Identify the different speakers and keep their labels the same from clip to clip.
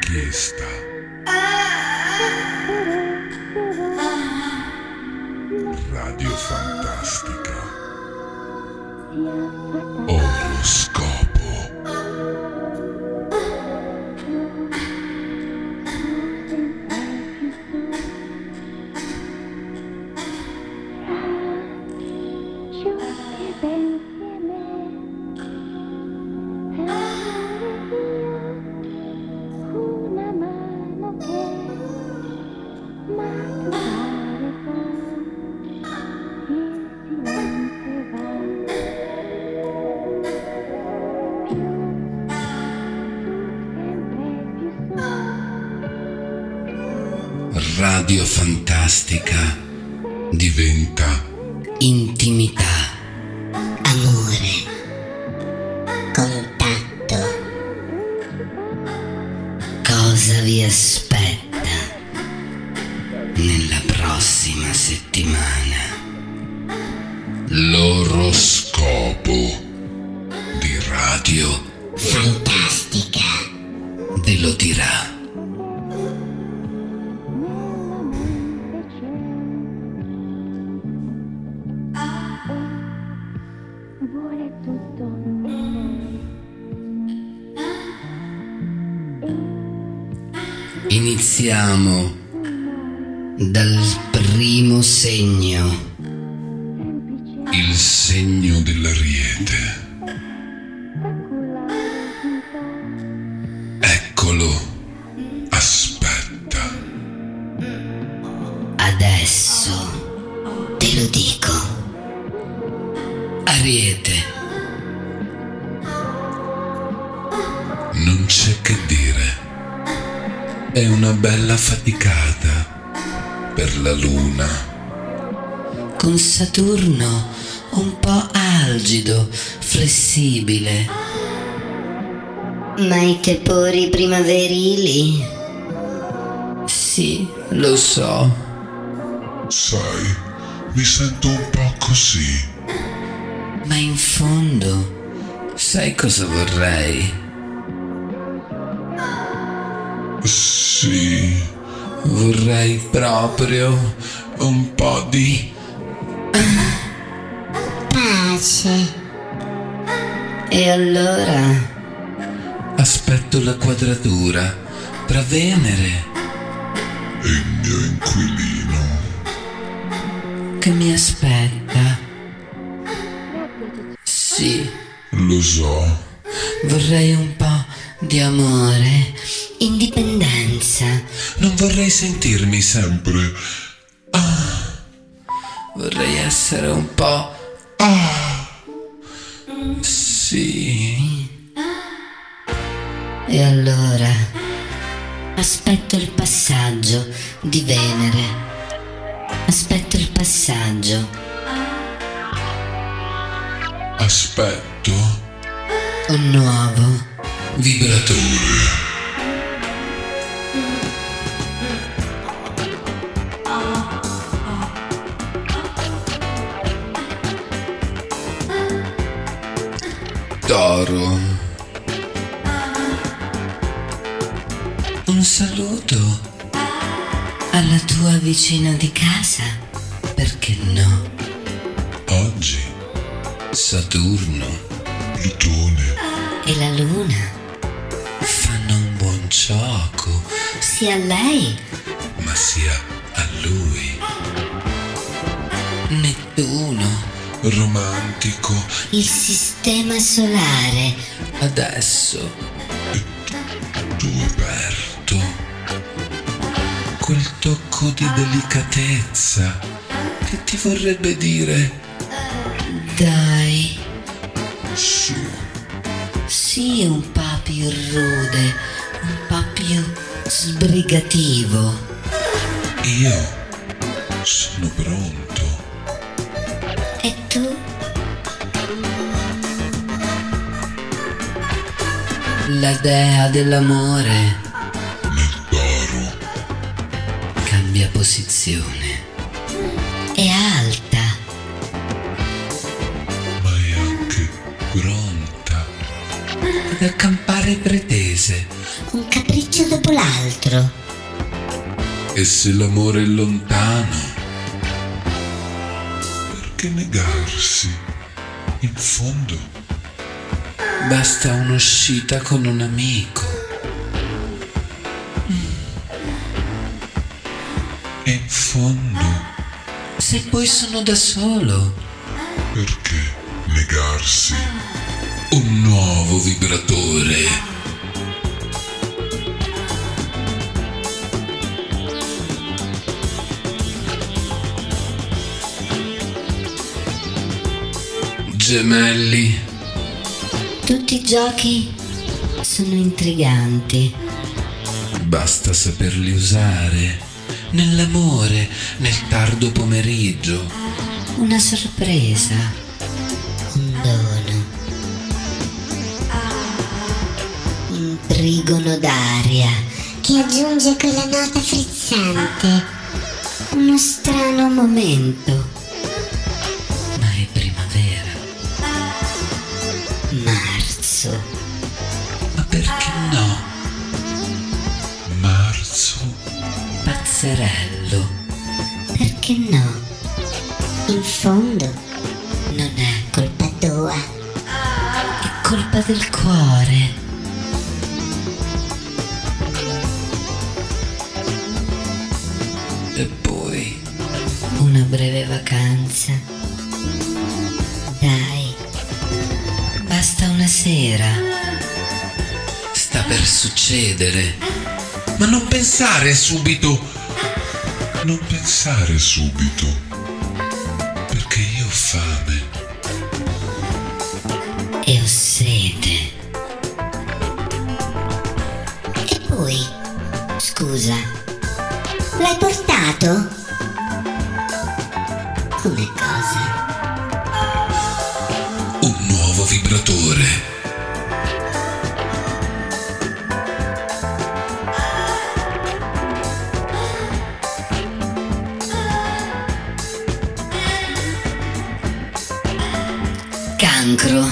Speaker 1: testa. Radio Fantastica. Oroscopo.
Speaker 2: Radio Fantastica.
Speaker 1: Diventa
Speaker 2: Intimità. Amore. Contatto. Cosa vi aspetta nella prossima settimana?
Speaker 1: l'oroscopo di Radio
Speaker 2: Fantastica. Ve lo dirà.
Speaker 3: Vuole tutto di noi.
Speaker 2: Iniziamo dal primo segno.
Speaker 3: Semplice
Speaker 1: Il segno dell'ariete.
Speaker 3: spettacolare vita.
Speaker 1: Eccolo. Aspetta.
Speaker 2: Adesso te lo dico. Ariete,
Speaker 1: Non c'è che dire. È una bella faticata per la luna.
Speaker 2: con Saturno un po' algido, flessibile.
Speaker 4: Ma i tepori primaverili?
Speaker 2: Sì, lo so.
Speaker 1: Sai, mi sento un po' così.
Speaker 2: Ma in fondo, sai cosa vorrei?
Speaker 1: Sì,
Speaker 2: Vorrei proprio
Speaker 1: un po' di...
Speaker 4: Pace.
Speaker 2: E allora? Aspetto la quadratura tra Venere
Speaker 1: E il mio inquilino.
Speaker 2: che mi aspetta. Sì,
Speaker 1: Lo so.
Speaker 2: vorrei un po' di amore, indipendenza.
Speaker 1: Non vorrei sentirmi sempre... Ah.
Speaker 2: Vorrei essere un po'...
Speaker 1: Ah.
Speaker 2: Sì,
Speaker 4: E allora? Aspetto il passaggio di Venere. Aspetto il passaggio.
Speaker 1: Aspetto.
Speaker 2: un nuovo.
Speaker 1: Vibratore.
Speaker 2: Toro. Un saluto alla tua vicina di casa. Perché no?
Speaker 1: Oggi
Speaker 2: Saturno
Speaker 1: Plutone.
Speaker 4: E la luna?
Speaker 2: fanno un buon gioco,
Speaker 4: Sia lei?
Speaker 1: Ma sia a lui.
Speaker 2: Nettuno.
Speaker 1: Romantico.
Speaker 4: Il sistema solare.
Speaker 2: Adesso
Speaker 1: Tuo Berto.
Speaker 2: quel tocco di delicatezza che ti vorrebbe dire
Speaker 4: Dai.
Speaker 1: Su.
Speaker 4: Sì, un po' più rude. Un po' più sbrigativo.
Speaker 1: Io sono pronto.
Speaker 4: E tu?
Speaker 2: la dea dell'amore.
Speaker 1: Nel toro.
Speaker 2: Cambia posizione.
Speaker 4: È alta.
Speaker 1: Ma è anche pronta.
Speaker 2: ad accampare pretese.
Speaker 4: Un capriccio dopo
Speaker 5: l'altro.
Speaker 6: E se l'amore è lontano, perché negarsi? In fondo,
Speaker 2: Basta un'uscita con un amico.
Speaker 6: in fondo,
Speaker 2: Se poi sono da solo.
Speaker 6: perché negarsi? Un nuovo vibratore.
Speaker 2: Gemelli.
Speaker 5: Tutti i giochi sono intriganti.
Speaker 2: Basta saperli usare. Nell'amore, nel tardo pomeriggio.
Speaker 5: Una sorpresa. Un dono. Un trigono d'aria.
Speaker 4: che aggiunge quella nota frizzante, uno strano
Speaker 5: Un momento.
Speaker 2: Ma è primavera.
Speaker 5: Marzo.
Speaker 2: Ma perché no?
Speaker 6: Marzo,
Speaker 2: Pazzerello.
Speaker 5: Perché no?
Speaker 4: in fondo,
Speaker 5: Non è colpa.
Speaker 4: da tua,
Speaker 5: È colpa del cuore.
Speaker 2: E poi.
Speaker 5: Una breve vacanza. Dai. Basta una sera.
Speaker 2: Sta per succedere. Ma non pensare subito.
Speaker 6: non pensare subito, perché io ho fame.
Speaker 5: E ho sete.
Speaker 4: e poi, scusa, l'hai portato? Come cosa?
Speaker 6: Un nuovo vibratore.
Speaker 5: Cancro.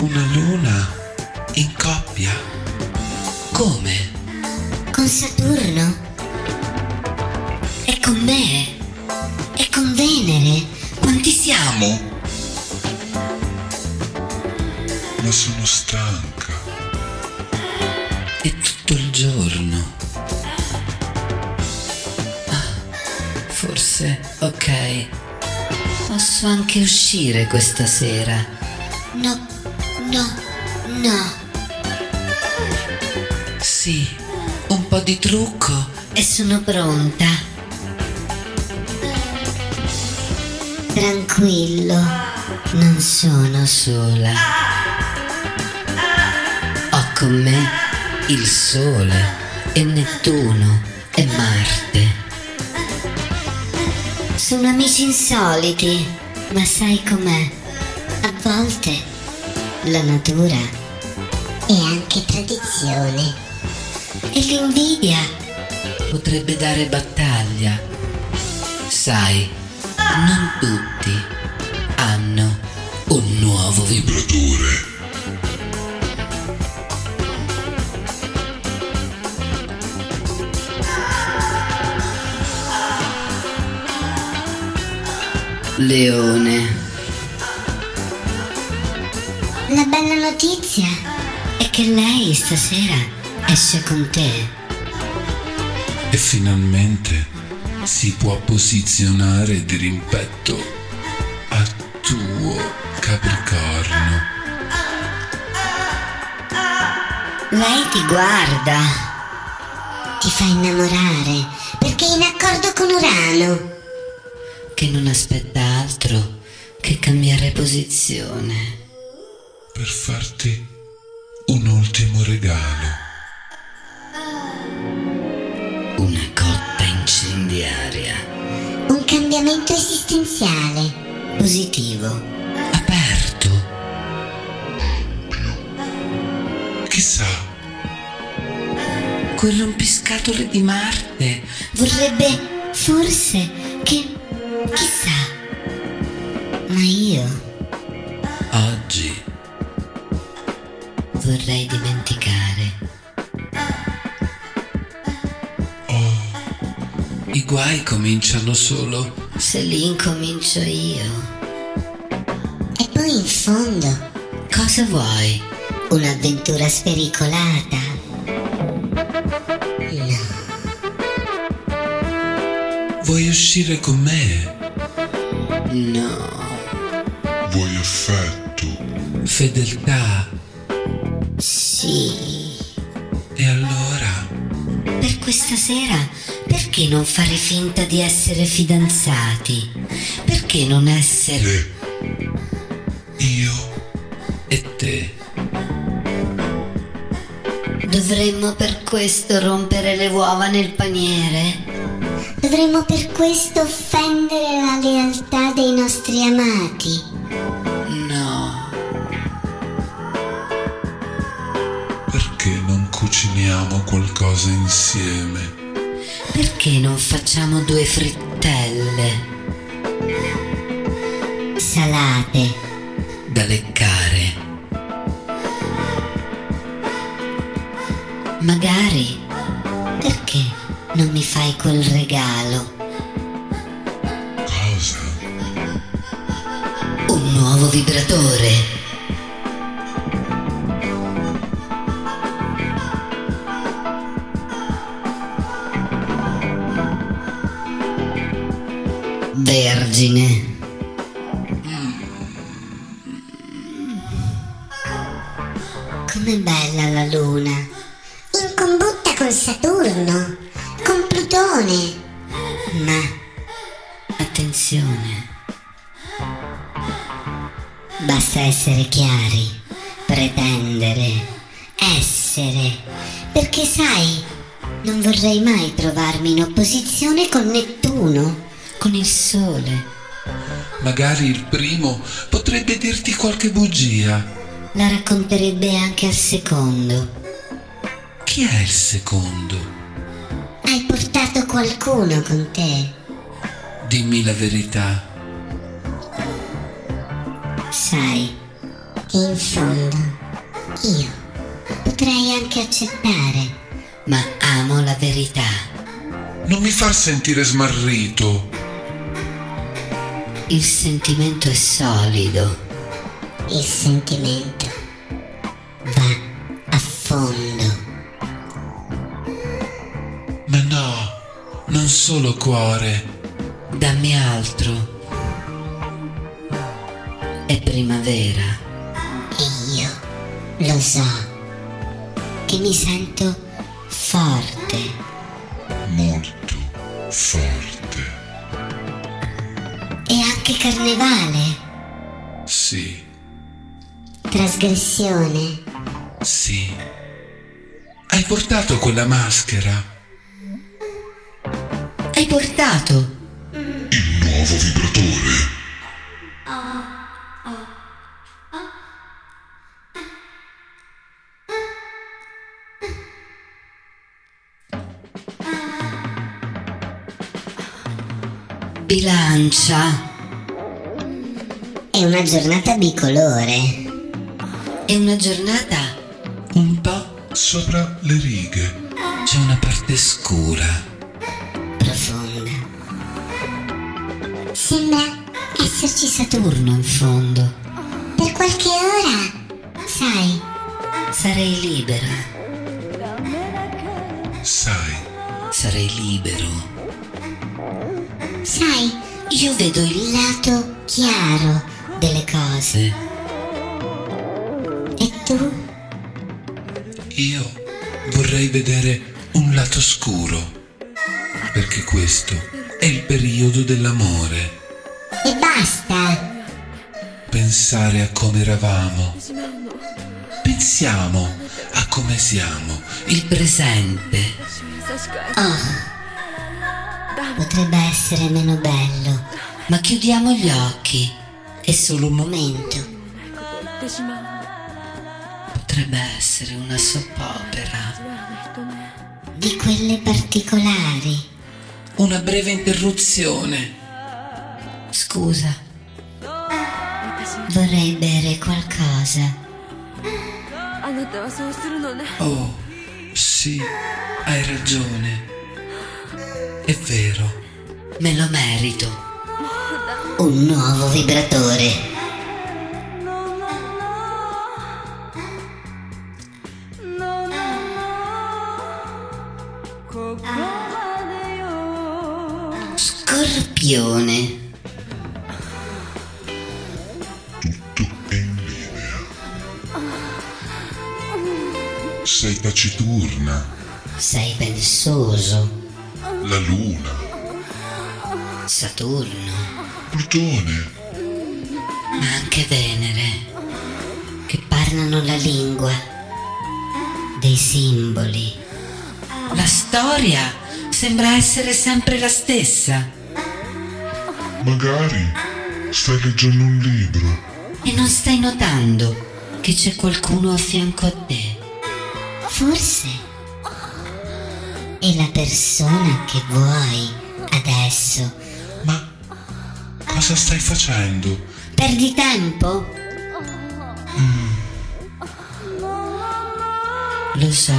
Speaker 2: Una luna. In coppia. Come?
Speaker 4: Con Saturno?
Speaker 5: È con me.
Speaker 4: E con Venere?
Speaker 5: Quanti siamo?
Speaker 6: Amo. Ma sono stanca.
Speaker 2: E tutto il giorno. Ah, forse, ok.
Speaker 5: Posso anche uscire questa sera.
Speaker 4: No, no, no.
Speaker 2: Sì, un po' di trucco.
Speaker 5: E sono pronta.
Speaker 4: Tranquillo,
Speaker 5: Non sono sola. Ho con me il Sole e Nettuno e Marte.
Speaker 4: sono amici insoliti, ma sai com'è? A volte la natura è anche tradizione. E l'invidia
Speaker 2: Potrebbe dare battaglia. Sai, non tutti hanno un nuovo vibratore.
Speaker 6: Vibratore.
Speaker 5: Leone.
Speaker 4: La bella notizia è che lei stasera esce con te.
Speaker 6: E finalmente si può posizionare di rimpetto a tuo Capricorno.
Speaker 4: Lei ti guarda. Ti fa innamorare perché è in accordo con Urano.
Speaker 5: Che non aspetta altro che cambiare posizione.
Speaker 6: Per farti un ultimo regalo.
Speaker 5: Una cotta incendiaria.
Speaker 4: Un cambiamento esistenziale.
Speaker 5: Positivo.
Speaker 2: Aperto.
Speaker 6: Chissà,
Speaker 2: Quel rompiscatole di Marte.
Speaker 4: Vorrebbe forse che... chissà. Ma io
Speaker 2: Oggi
Speaker 3: vorrei dimenticare.
Speaker 2: I guai cominciano solo.
Speaker 3: Se lì incomincio io.
Speaker 4: E poi in fondo
Speaker 3: Cosa vuoi?
Speaker 4: un'avventura spericolata. No,
Speaker 2: Vuoi uscire con me?
Speaker 3: No.
Speaker 6: Vuoi affetto?
Speaker 2: Fedeltà.
Speaker 4: sì.
Speaker 2: E allora?
Speaker 3: Per questa sera perché non fare finta di essere fidanzati? Perché non essere...
Speaker 6: Te. Io.
Speaker 2: E te?
Speaker 3: Dovremmo per questo rompere le uova nel paniere?
Speaker 4: Dovremmo per questo offendere la lealtà dei nostri amati.
Speaker 3: No.
Speaker 6: Perché non cuciniamo qualcosa insieme?
Speaker 3: Perché non facciamo due frittelle?
Speaker 4: Salate,
Speaker 2: Da leccare.
Speaker 3: Magari
Speaker 4: perché non mi fai quel regalo?
Speaker 6: Cosa?
Speaker 3: un nuovo vibratore.
Speaker 4: Vergine. Com'è bella la luna. In combutta con Saturno, con Plutone. Ma
Speaker 3: Attenzione.
Speaker 4: Basta essere chiari, pretendere, essere, perché sai, non vorrei mai trovarmi in opposizione con Nettuno.
Speaker 3: Con il sole,
Speaker 2: Magari il primo potrebbe dirti qualche bugia.
Speaker 4: La racconterebbe anche al secondo.
Speaker 2: Chi è il secondo?
Speaker 4: Hai portato qualcuno con te?
Speaker 2: Dimmi la verità.
Speaker 4: Sai, che in fondo io potrei anche accettare.
Speaker 3: ma amo la verità.
Speaker 6: Non mi far sentire smarrito.
Speaker 3: Il sentimento è solido.
Speaker 4: Il sentimento va a fondo.
Speaker 2: Ma no, non solo cuore.
Speaker 3: Dammi altro. È primavera.
Speaker 4: E io lo so che mi sento forte,
Speaker 6: Molto forte.
Speaker 4: e anche carnevale,
Speaker 2: Sì,
Speaker 4: trasgressione,
Speaker 2: sì. Hai portato quella maschera?
Speaker 3: Hai portato?
Speaker 6: Il nuovo vibratore.
Speaker 3: Bilancia.
Speaker 4: è una giornata bicolore,
Speaker 3: È una giornata.
Speaker 2: Un po'
Speaker 6: Sopra le righe.
Speaker 2: c'è una parte scura.
Speaker 4: profonda. Sembra esserci Saturno
Speaker 3: Turno in fondo.
Speaker 4: per qualche ora, sai,
Speaker 3: Sarei libera.
Speaker 6: Sai,
Speaker 2: Sarei libero.
Speaker 4: sai, io vedo il lato chiaro delle cose.
Speaker 2: Sì.
Speaker 4: E tu?
Speaker 2: Io vorrei vedere un lato scuro. Perché questo è il periodo dell'amore.
Speaker 4: E basta!
Speaker 2: Pensare a come eravamo. Pensiamo a come siamo. Il presente.
Speaker 4: Ah, Potrebbe essere meno bello.
Speaker 3: Ma chiudiamo gli occhi. È solo un momento. Potrebbe essere una soppopera.
Speaker 4: di quelle particolari.
Speaker 2: Una breve interruzione.
Speaker 3: Scusa,
Speaker 4: Vorrei bere qualcosa.
Speaker 7: あなたはそうするのね
Speaker 2: Oh, sì, hai ragione. È vero.
Speaker 5: Me lo merito.
Speaker 4: Un nuovo vibratore.
Speaker 5: Scorpione.
Speaker 6: tutto è in linea. Sei taciturna,
Speaker 5: Sei pensoso.
Speaker 6: la luna,
Speaker 5: Saturno.
Speaker 6: Plutone,
Speaker 5: Ma anche Venere.
Speaker 3: che parlano la lingua dei simboli.
Speaker 5: La storia sembra essere sempre la stessa.
Speaker 6: magari stai leggendo un libro.
Speaker 5: E non stai notando che c'è qualcuno a fianco a te.
Speaker 4: Forse è la persona che vuoi adesso.
Speaker 2: Ma cosa stai facendo?
Speaker 4: Perdi tempo? Mm.
Speaker 5: Lo so,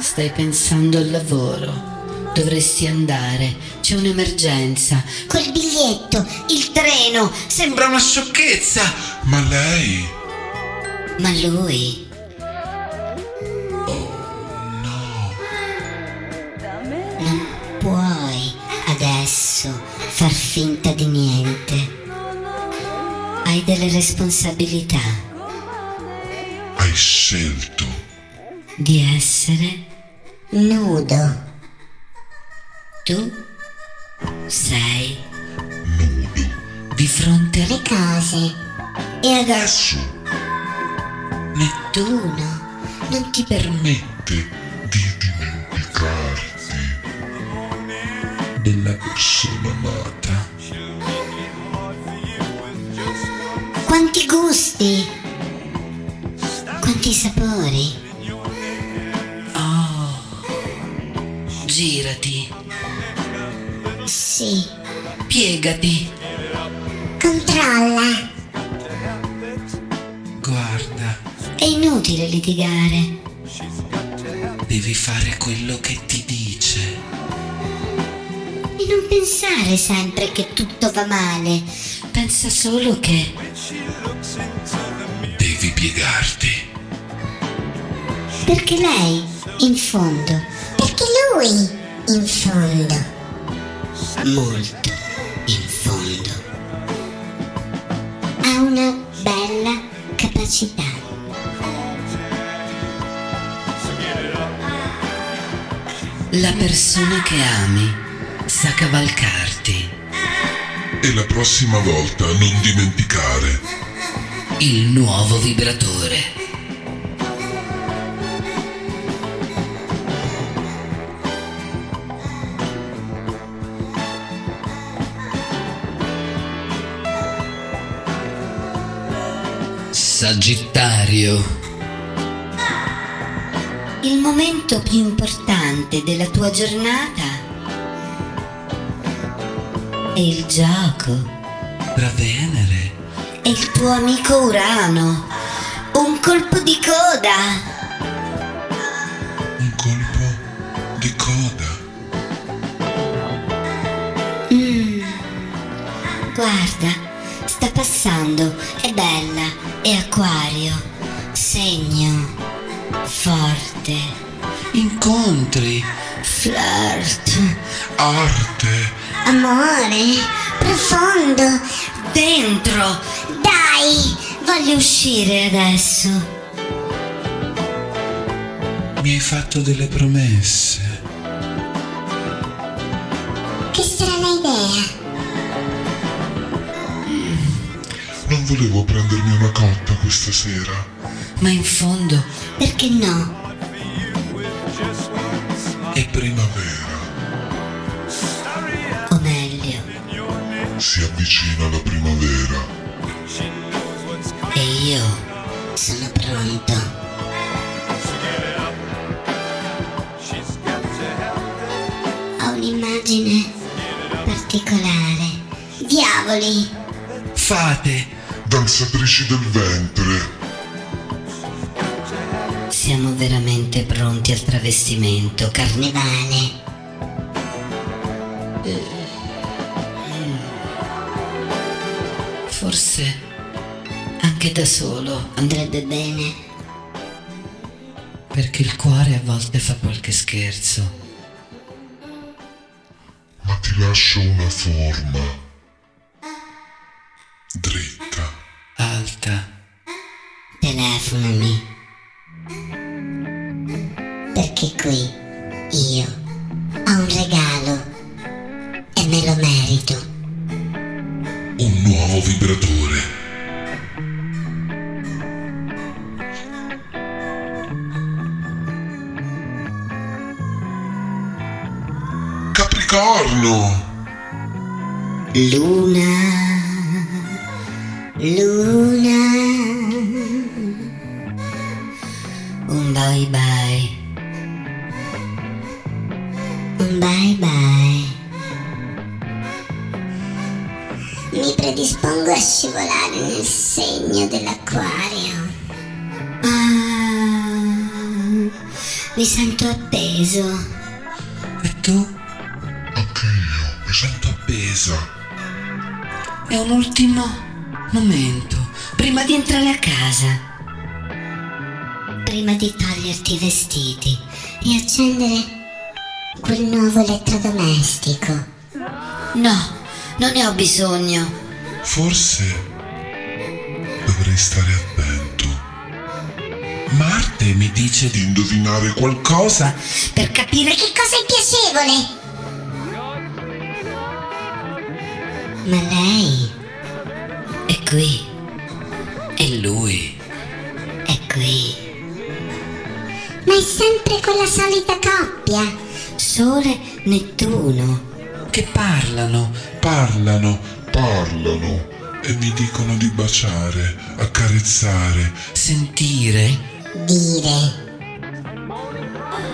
Speaker 5: stai pensando al lavoro. Dovresti andare, c'è un'emergenza.
Speaker 4: Quel biglietto, il treno, sembra...
Speaker 2: Sembra una sciocchezza!
Speaker 6: Ma lei,
Speaker 3: Ma lui
Speaker 4: Puoi adesso far finta di niente.
Speaker 3: hai delle responsabilità
Speaker 6: hai scelto.
Speaker 3: di essere
Speaker 4: Nudo.
Speaker 3: tu sei
Speaker 5: Di fronte a
Speaker 4: Le cose. E adesso
Speaker 3: Nettuno.
Speaker 4: non ti permetto.
Speaker 6: Mette di dimenticarti
Speaker 2: Della
Speaker 6: persona amata.
Speaker 4: Quanti gusti. Quanti sapori.
Speaker 5: Oh. girati,
Speaker 4: Sì.
Speaker 5: piegati.
Speaker 4: Controlla.
Speaker 2: guarda,
Speaker 4: È inutile litigare.
Speaker 2: devi fare quello che ti dice.
Speaker 4: E non pensare sempre che tutto va male.
Speaker 5: Pensa solo che
Speaker 2: Devi piegarti.
Speaker 4: Perché lei, in fondo. Perché lui, in fondo.
Speaker 5: molto in fondo.
Speaker 4: Ha una bella capacità.
Speaker 5: La persona che ami sa cavalcarti.
Speaker 6: E la prossima volta non dimenticare.
Speaker 5: Il nuovo vibratore. Sagittario.
Speaker 3: Il momento più importante della tua giornata è il gioco,
Speaker 2: Tra Venere,
Speaker 3: è il tuo amico Urano. Un colpo di coda.
Speaker 6: Un colpo di coda.
Speaker 3: Guarda, sta passando, è bella, è acquario, segno, forte.
Speaker 2: incontri,
Speaker 3: Flirt.
Speaker 6: Arte.
Speaker 4: Amore, profondo.
Speaker 3: Dentro.
Speaker 4: Dai.
Speaker 3: Voglio uscire adesso.
Speaker 2: mi hai fatto delle promesse.
Speaker 4: Che strana idea.
Speaker 6: Non volevo prendermi una cotta questa sera.
Speaker 5: Ma in fondo
Speaker 4: Perché no?
Speaker 2: E prima
Speaker 6: Vera,
Speaker 3: O meglio,
Speaker 6: si avvicina la primavera.
Speaker 3: e io
Speaker 4: Sono pronto. Ho un'immagine particolare. Diavoli.
Speaker 2: fate
Speaker 6: Danzatrici del ventre.
Speaker 4: Siamo veramente pronti al travestimento carnevale. Eh, mm. Forse anche da solo andrebbe bene. Perché il cuore a volte fa qualche scherzo.
Speaker 6: ma ti lascio una forma. Dritta.
Speaker 2: Alta.
Speaker 4: Telefonami.
Speaker 3: Perché qui io ho un regalo e me lo merito.
Speaker 6: Un nuovo vibratore. Capricorno!
Speaker 3: Luna, luna,
Speaker 4: Un bye bye.
Speaker 3: bye bye. Mi predispongo a scivolare nel segno dell'acquario. Ah, mi sento appeso.
Speaker 2: E tu?
Speaker 6: Anche io mi sento appesa.
Speaker 8: È un ultimo momento.
Speaker 4: Prima di entrare a casa.
Speaker 3: Prima di toglierti i vestiti e accendere quel nuovo elettrodomestico.
Speaker 4: No, non ne ho bisogno.
Speaker 6: Forse dovrei stare attento. Marte mi dice di indovinare qualcosa
Speaker 4: Per capire che
Speaker 3: Che cosa è piacevole? Ma lei
Speaker 4: è qui.
Speaker 8: E lui?
Speaker 4: È qui.
Speaker 3: Ma è sempre quella solita coppia.
Speaker 4: Sole, Nettuno.
Speaker 8: Che parlano.
Speaker 6: parlano, parlano e mi dicono di baciare, accarezzare.
Speaker 8: Sentire.
Speaker 3: Dire.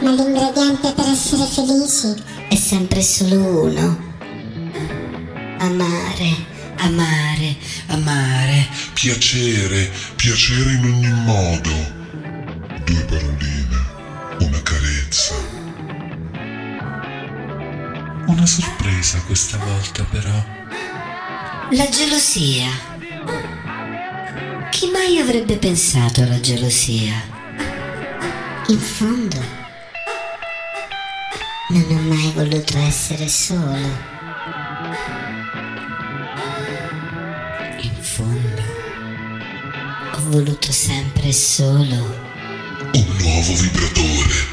Speaker 3: Ma l'ingrediente per essere felici?
Speaker 4: È sempre solo uno. Amare, amare,
Speaker 8: Amare.
Speaker 6: Piacere, piacere in ogni modo. Due paroline, una carezza.
Speaker 2: Una sorpresa questa volta però.
Speaker 4: la gelosia. Chi mai avrebbe pensato alla gelosia?
Speaker 3: In fondo, non ho mai voluto essere solo.
Speaker 4: In fondo, ho voluto sempre solo
Speaker 6: Un nuovo vibratore.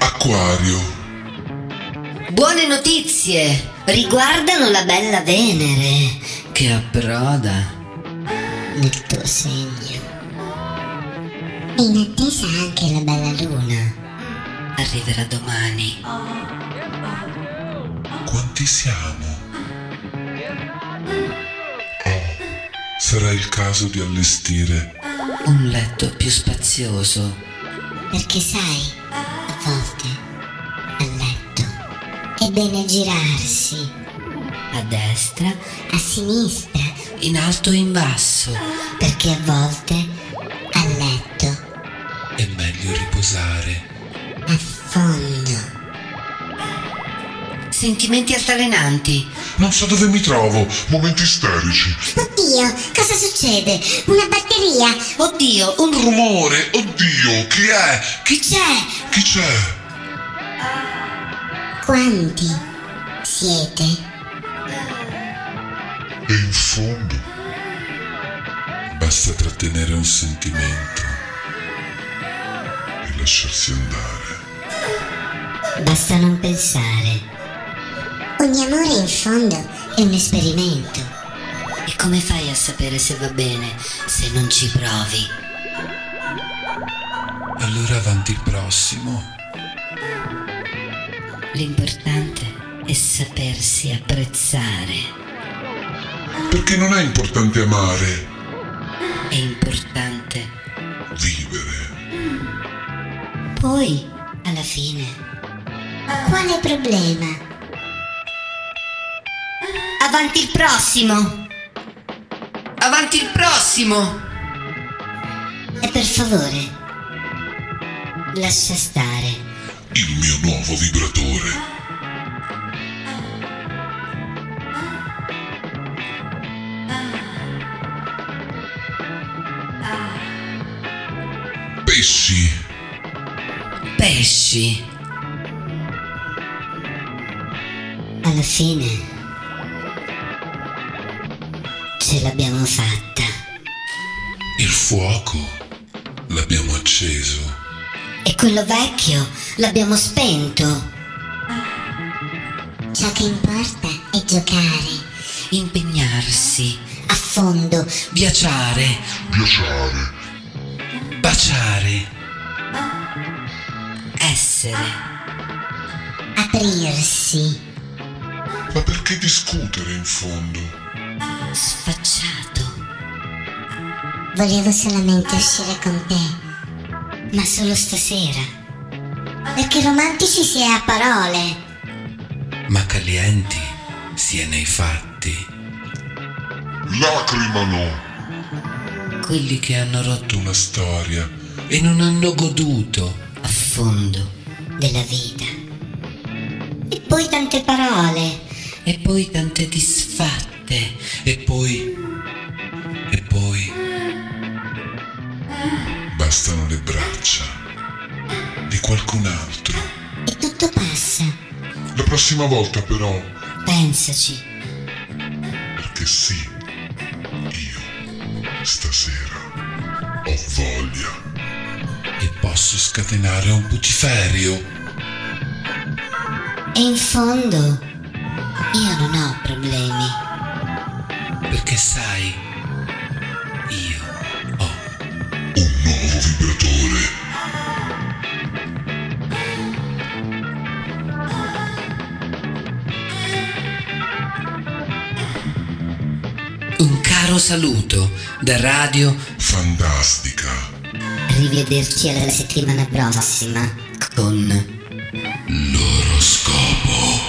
Speaker 6: Acquario.
Speaker 4: Buone notizie riguardano la bella Venere
Speaker 8: Che approda.
Speaker 4: nel tuo segno.
Speaker 3: E in attesa anche la bella luna.
Speaker 4: Una arriverà domani.
Speaker 6: Quanti siamo? Oh, sarà il caso di allestire.
Speaker 8: Un letto più spazioso.
Speaker 3: Perché sai, a volte, a letto, è bene girarsi
Speaker 4: A destra,
Speaker 3: a sinistra,
Speaker 8: In alto e in basso.
Speaker 3: perché a volte, a letto,
Speaker 2: È meglio riposare.
Speaker 3: a fondo.
Speaker 4: sentimenti altalenanti.
Speaker 6: Non so dove mi trovo, momenti isterici.
Speaker 3: Oddio, cosa succede? Una batteria?
Speaker 4: Oddio, un rumore.
Speaker 6: Rumore, oddio, chi è?
Speaker 3: Chi c'è?
Speaker 6: Chi c'è?
Speaker 3: Quanti siete?
Speaker 6: E in fondo basta trattenere un sentimento e lasciarsi andare.
Speaker 4: Basta non pensare.
Speaker 3: Ogni amore in fondo è un esperimento.
Speaker 4: E come fai a sapere se va bene se non ci provi?
Speaker 2: Allora avanti il prossimo.
Speaker 4: L'importante è sapersi apprezzare.
Speaker 6: Perché non è importante amare,
Speaker 4: È importante
Speaker 6: vivere.
Speaker 3: Poi, alla fine,
Speaker 4: Ma quale problema?
Speaker 3: avanti il prossimo!
Speaker 5: Avanti il prossimo!
Speaker 3: E per favore, lascia stare.
Speaker 6: Il mio nuovo vibratore. Pesci,
Speaker 5: Pesci.
Speaker 3: Alla fine ce l'abbiamo fatta.
Speaker 6: il fuoco l'abbiamo acceso.
Speaker 3: E quello vecchio l'abbiamo spento.
Speaker 4: Ciò che importa è giocare
Speaker 5: Impegnarsi.
Speaker 4: a fondo.
Speaker 5: Viaggiare.
Speaker 6: Piacere.
Speaker 2: Baciare.
Speaker 5: Essere.
Speaker 4: Aprirsi.
Speaker 6: Ma perché discutere in fondo?
Speaker 3: Sfacciato.
Speaker 4: Volevo solamente uscire con te.
Speaker 3: Ma solo stasera.
Speaker 4: Perché romantici si è a parole.
Speaker 2: Ma calienti sia nei fatti.
Speaker 6: Lacrima no.
Speaker 2: Quelli che hanno rotto
Speaker 6: Una storia.
Speaker 2: e non hanno goduto.
Speaker 3: A fondo della vita.
Speaker 4: E poi tante parole.
Speaker 2: E poi tante disfatte. E poi... E poi...
Speaker 6: Bastano le braccia. Di qualcun altro.
Speaker 4: E tutto passa.
Speaker 6: La prossima volta però,
Speaker 3: Pensaci.
Speaker 6: perché sì, io stasera ho voglia.
Speaker 2: E posso scatenare un putiferio.
Speaker 3: E in fondo io non ho problemi.
Speaker 2: Perché sai... Io ho
Speaker 6: Un nuovo vibratore.
Speaker 2: un caro saluto da Radio
Speaker 6: Fantastica.
Speaker 3: Arrivederci alla settimana prossima con...
Speaker 6: L'oroscopo.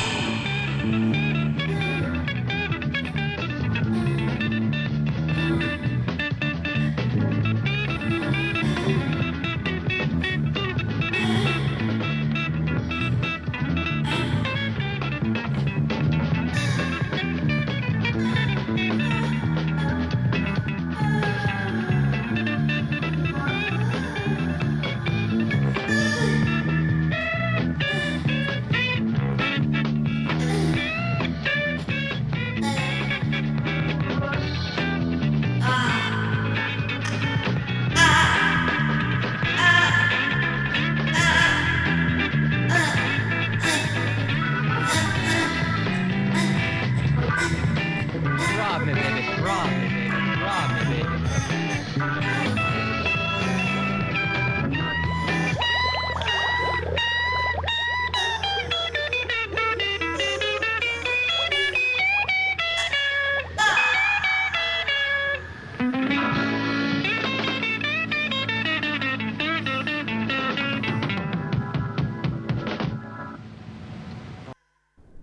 Speaker 7: Robin, baby, Robin.